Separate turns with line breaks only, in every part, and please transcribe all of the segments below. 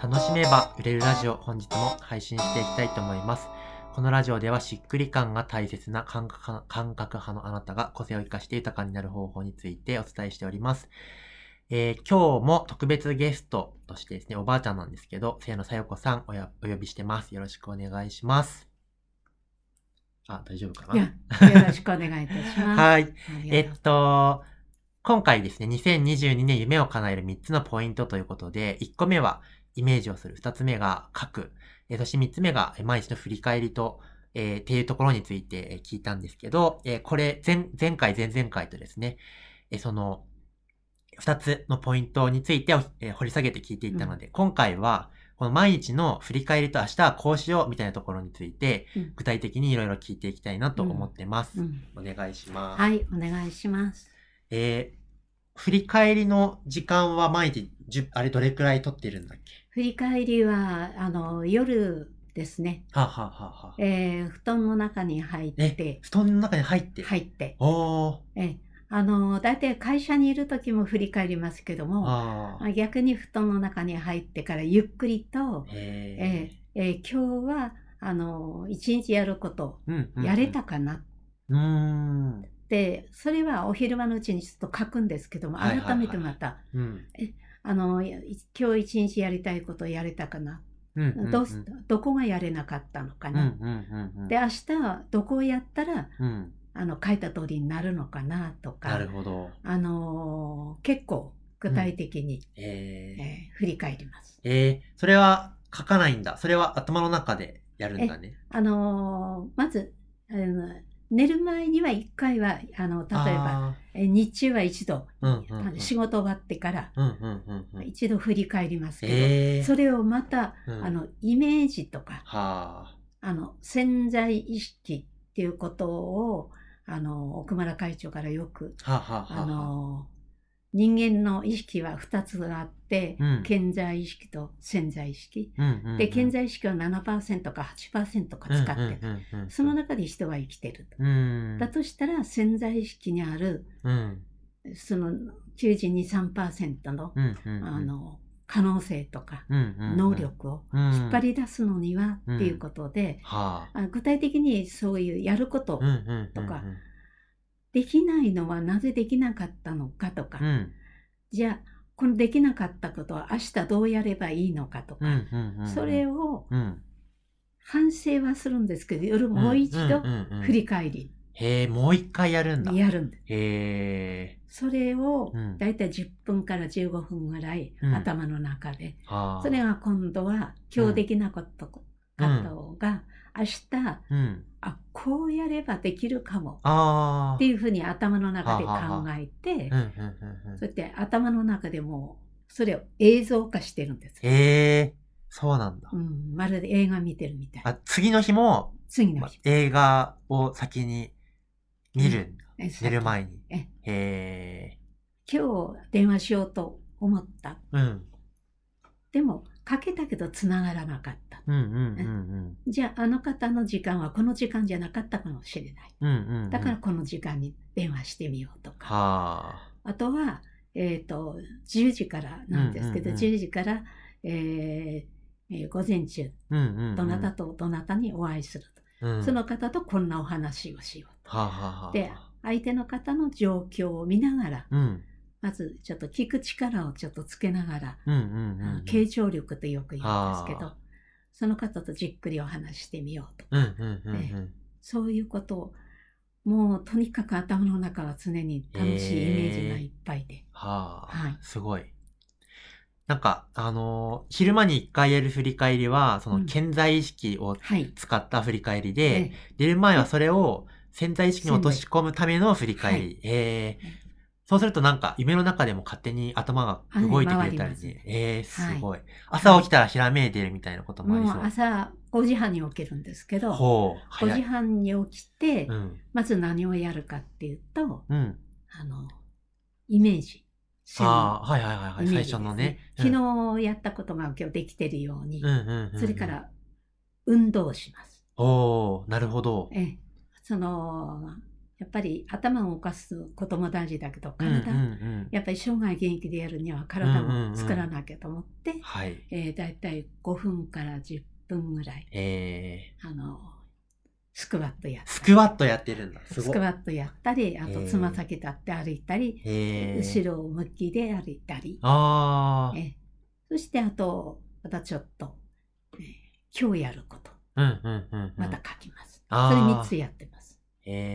楽しめば売れるラジオ本日も配信していきたいと思います。このラジオではしっくり感が大切な感覚派感覚派のあなたが個性を生かして豊かになる方法についてお伝えしております。えー今日も特別ゲストとしてですね、おばあちゃんなんですけど、清野さよこさんおやお呼びしてます。よろしくお願いします。あ、大丈夫か
い
な
やよろしくお願いいたします。い。
はい。え
え
っと、今回ですね、2022年夢を叶える3つのポイントということで、1個目はイメージをする、2つ目が書く、えーそして3つ目がえー毎日の振り返りと、えーっていうところについてえー聞いたんですけど、えーこれ前、前回、前々回とですね、えーその、2つのポイントについておえー掘り下げて聞いていったので、今回は、この毎日の振り返りと明日はこうしようみたいなところについて、
うん
具体的にいろいろ聞いていきたいなと思ってます。
うん
お願いします。
はい、お願いします。
えー振り返りの時間は毎日10、あれどれくらい取ってるんだっけ
振り返りは、あの、夜ですね。
はあ、はあはあはあ、
えー布団の中に入っ
え
て、、
布団の中に入って。
入って、
おー、
えーあの、大体会社にいる時も振り返りますけども、
あー、
逆に布団の中に入ってからゆっくりと、
へー
えー今日は、あの、一日やること、
うんうんうん
やれたかなっ
うーん。
て、それはお昼間のうちにちょっと書くんですけども、
はいはいはい
改めてまた、
うん。
あの、や今日一日やりたいことやれたかな。
うんうんうん。
どうすどこがやれなかったのか
うんう
な。
んうんうん。
で、明日はどこをやったら、
うん。
あの、書いた通りになるのかなと
な
か
る、ほど。
あのー結構具体的に、
えー、
えー振り返ります。
えー、それは書かないんだ。それは頭の中でやるんだね。
あのーまず、あの寝る前には一回は、あの、例えば、
あ
えー日中は一度、
ー、うんうん、う
あ
ん。
の仕事終わってから
うんうんうんうん。
一度振り返りますけど、
えー、
それをまた、
うん
あの、イメージとか、
はあ。
あの、潜在意識っていうことを、あの、奥村会長からよく、
はあ、はあはあ、
あの、人間の意識は2つあって、
うん
健在意識と潜在意識。
うんうんうん、
で、健在意識は7%か8%か使ってる。
うんうんうんうん
その中で人は生きてると。
うん
だとしたら、潜在意識にある、
うん
その92、3%の、
うんうんうん
あの、可能性とか、
うんうんうん
能力を引っ張り出すのには、っていうことで、
はあ
あ具体的にそういうやること、
うんうんうん
とかできないのはなぜできなかったのかとか、
うん
じゃあこのできなかったことは明日どうやればいいのかと
う
か、
んうんうん
それを
うん
反省はするんですけど夜もう一度振り返り
へえもう一回やるんだへ
やるんです。
え
それを
うん
だいたい10分から15分ぐらい
うん
頭の中で、
はあ
それが今度は今日できなかったこと
うん
が明日
うん
あこうやればできるかも
ああ
っていうふうに頭の中で考えて
うんうんうんうん
そうやって頭の中でもうそれを映像化してるんですよ、
へえそうなんだ
うん、まるで映画見てるみたい
あ次の日も
次の
ま
日、
映画を先に見るんだ
えさ
寝る前に
え
へえ
今日電話しようと思った
うん
でもかけたけどつながらなかった
うんうんうん
じゃああの方の時間はこの時間じゃなかったかもしれない
うんうんうんうん
だからこの時間に電話してみようとか、
はあ
あとは、えっと10時からなんですけど、
うんうんうん
10時から、えーえー午前中
うんうんうん
どなたとどなたにお会いすると、
うん
その方とこんなお話をしよう
はあはあはあ
で相手の方の状況を見ながら
うん
まずちょっと聞く力をちょっとつけながら、
うんうんうんうん
傾聴力とよく言うんですけ
あー
どその方とじっくりお話ししてみようとか、
うんうんうんうん
そういうことをもうとにかく頭の中は常に楽しいイメージがいっぱいで、
はあ
はい
すごいなんかあのー昼間に一回やる振り返りはそうの
ん
潜在意識を
はい、
使った振り返り
え
で、
え
出る前はそれを潜在意識に落とし込むための振り返り、えー
え
そうするとなんか夢の中でも勝手に頭が動いてくれたり
はい回ります
ね
ね。
えー、すごい。朝起きたらひらめいてるみたいなこともあり
も
そう
う。朝5時半に起きるんですけど
ほう、
5
早
時
い。
半に起きて、
うん。
まず何をやるかっていうと
うん。
あのイメージ
ああ、はいはいはいはい。
イメー
最
ジ
初のね。
ですね昨日やったことが今日できてるように、
うんうんうんうん、
それか。ら運動をします。
おおなるほど。
ええそのやっぱり頭を動かすことも大事だけど、
うんうん
体、
うん。
やっぱり生涯元気でやるには体
うんうんう
も
ん
作らなきゃと思って、
はい。
えーだいたい5分から10分ぐらい、
え
あの、スクワットやっ
ー、スクワットやってるんだ。す
ス
ごい
ク。ワットやったり、あと
えー
つま先立って歩いたり、
えー、
後ろ向きで歩いたり、
あ
えそしてあと、またちょっと、えー今日やること、
あ。うんうんうん、うん。
また書きます。
あー
それ3つやってます。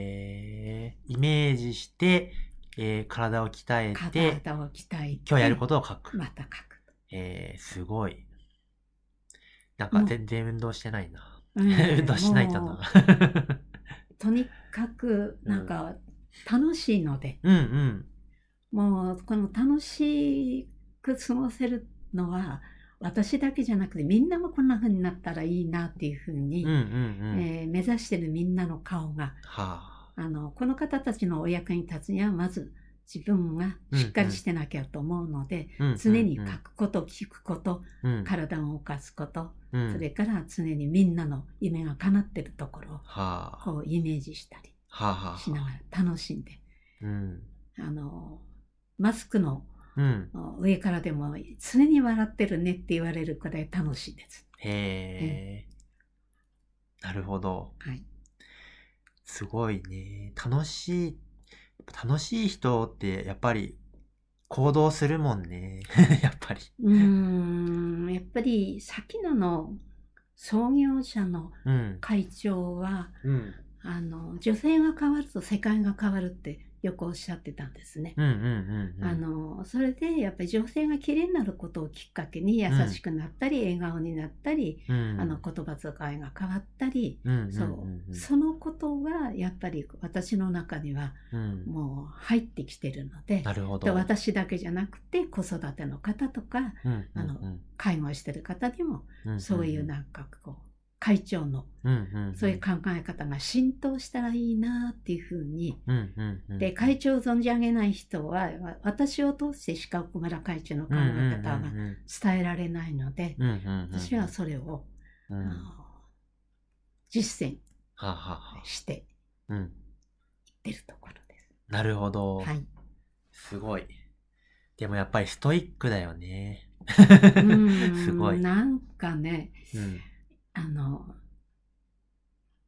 えー、イメージして、えー、体を鍛えて、
体を鍛えて、
今日やることを書く。
また書く。
えー、すごい。なんか
もう
全然運動してないな。
うん
運動しないと
もう
な。
とにかく、なんか、楽しいので、
うんうん。
もう、この楽しく過ごせるのは、私だけじゃなくて、みんなもこんな風になったらいいなっていう風に、
うんうんうん。
えー目指してるみんなの顔が
はあ。
あのこの方たちのお役に立つにはまず自分がしっかりしてなきゃと思うので、
うんうんうん
常に書くこと聞くこと
うん、
体を動かすこと、
うん
それから常にみんなの夢が叶ってるところを
はあ。
こうイメージしたり
はあはあ
しながら楽しんで
うん。
あのマスクの
うん。
上からでも常に笑ってるねって言われるくらい楽しいです。
へえ。なるほど。
はい、
すごいね。楽しい、楽しい人ってやっぱり行動するもん ね。やっぱり。
うーんやっぱり先のの創業者の
うん。
会長は
うん。
あの女性が変わると世界が変わるってよくおっしゃってたんですね。
うんうんうんうん。
あのそれでやっぱり女性が綺麗になることをきっかけに優しくなったり、笑顔になったり、
うん、
あの言葉遣いが変わったり、
うんうんうん、
そう、そのことがやっぱり私の中には
うん。
もう入ってきてるので
なるほ
で
ど。
私だけじゃなくて子育ての方とか
うんうんうん
あ介護してる方にも
んん
そういうなんかこう会長の
うんうんうん、
そういう考え方が浸透したらいいなっていうふうに。
うんうんうん、
で会長を存じ上げない人はわ私を通してしか奥村会長の考え方が
うん
伝えられないので
うんうんうんうんうん、
私はそれを、
うん、
あ
は
の実践
あはあはあ
していっ
うん、
てるところです。
なるほど、
はい、
すごい。でもやっぱりストイックだよね。
うん
すごい。
なんかね
うん
あの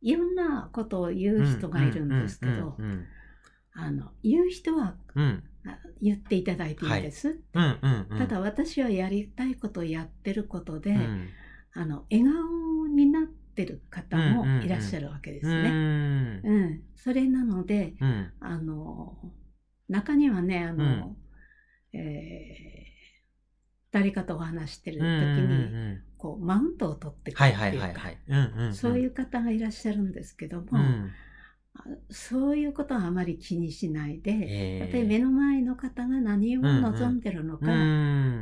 いろんなことを言う人がいるんですけど
うんうん
あの言う人は
うんうん
あ言っていただいていいんです、
うんうんうん、
ただ私はやりたいことをやってることで、
うん
あの笑顔になってる方もいらっしゃるわけです
う
ね。
ん
うんそれなので
うん
あの中にはねあの、えー誰かとお話してる時
うんうんう
に
ん
こうマウントを取ってく
は
るっ
い
て
はい
いう
はい
か
はい。うんうんん
そういう方がいらっしゃるんですけども、
うん、
あそういうことはあまり気にしないで、
えー
やっぱり目の前の方が何を望んでるのか、
う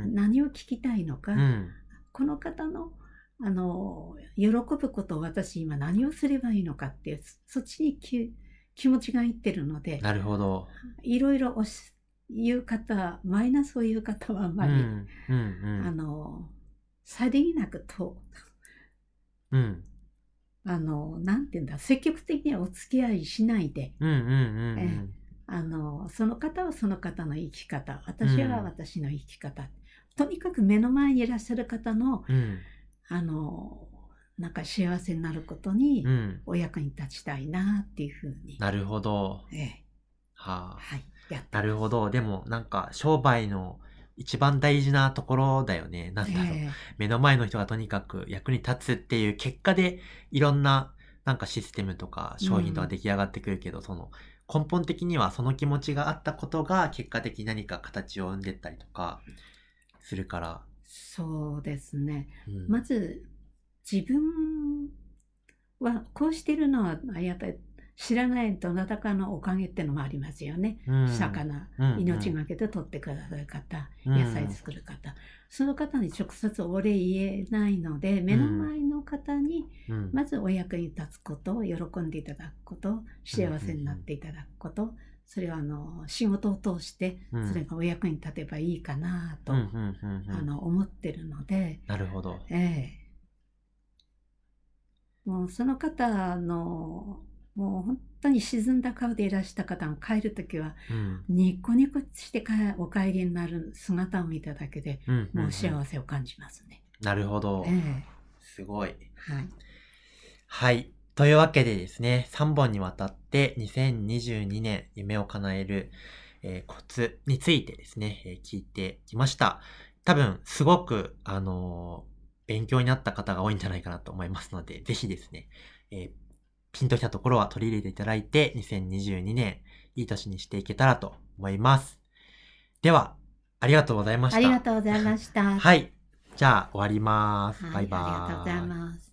ん
何を聞きたいのか、
うん
この方のあの喜ぶことを私今何をすればいいのかっていうそっちにき気持ちがいってるので
なるほど。
いろいろおし言う方マイナスを言う方はあんまり、
うんうんうん
あのさりげなくと
うん
あのなんて言うんだ積極的にはお付き合いしないで
うんうんうんう
え
ん
あのその方はその方の生き方私は私の生き方、とにかく目の前にいらっしゃる方の
うん
あのなんか幸せになることに、
うん
お役に立ちたいなっていうふうに、
なるほど。
ええ
はあ、
はい、やって
なるほど。でもなんか商売の一番大事なところだよね。なんだろう。
ええ
目の前の人がとにかく役に立つっていう結果でいろんななんかシステムとか商品とか出来上がってくるけど、その根本的にはその気持ちがあったことが結果的に何か形を生んでったりとかするから。
そうですね
うん
まず自分はこうしてるのはやっぱり知らないどなたかのおかげってのもありますよね、
うん
魚
うんうん
命がけて取ってくださる方、
うん
野菜作る方その方に直接お礼言えないので目の前の方に
うん
まずお役に立つことを喜んでいただくこと幸せになっていただくこと、それはあの仕事を通して
うん
それがお役に立てばいいかなと、
うんうんうんうん
あの思ってるので、
なるほど。
ええもうその方のもう本当に沈んだ顔でいらした方が帰るときは、
うん。
ニコニコしてかお帰りになる姿を見ただけで、
うんうん。
もう
うん
幸せを感じますね。
なるほど
え。え
すごい。
はい。
はい。というわけでですね、3本にわたって2022年夢を叶える、えーコツについてですね、えー聞いてきました。多分、すごく、あのー勉強になった方が多いんじゃないかなと思いますので、ぜひですね、えーピンときたところは取り入れていただいて、2022年、いい年にしていけたらと思います。では、ありがとうございました。
ありがとうございました。
はい。じゃあ、終わります。
はい
バイバーイ。
ありがとうございます。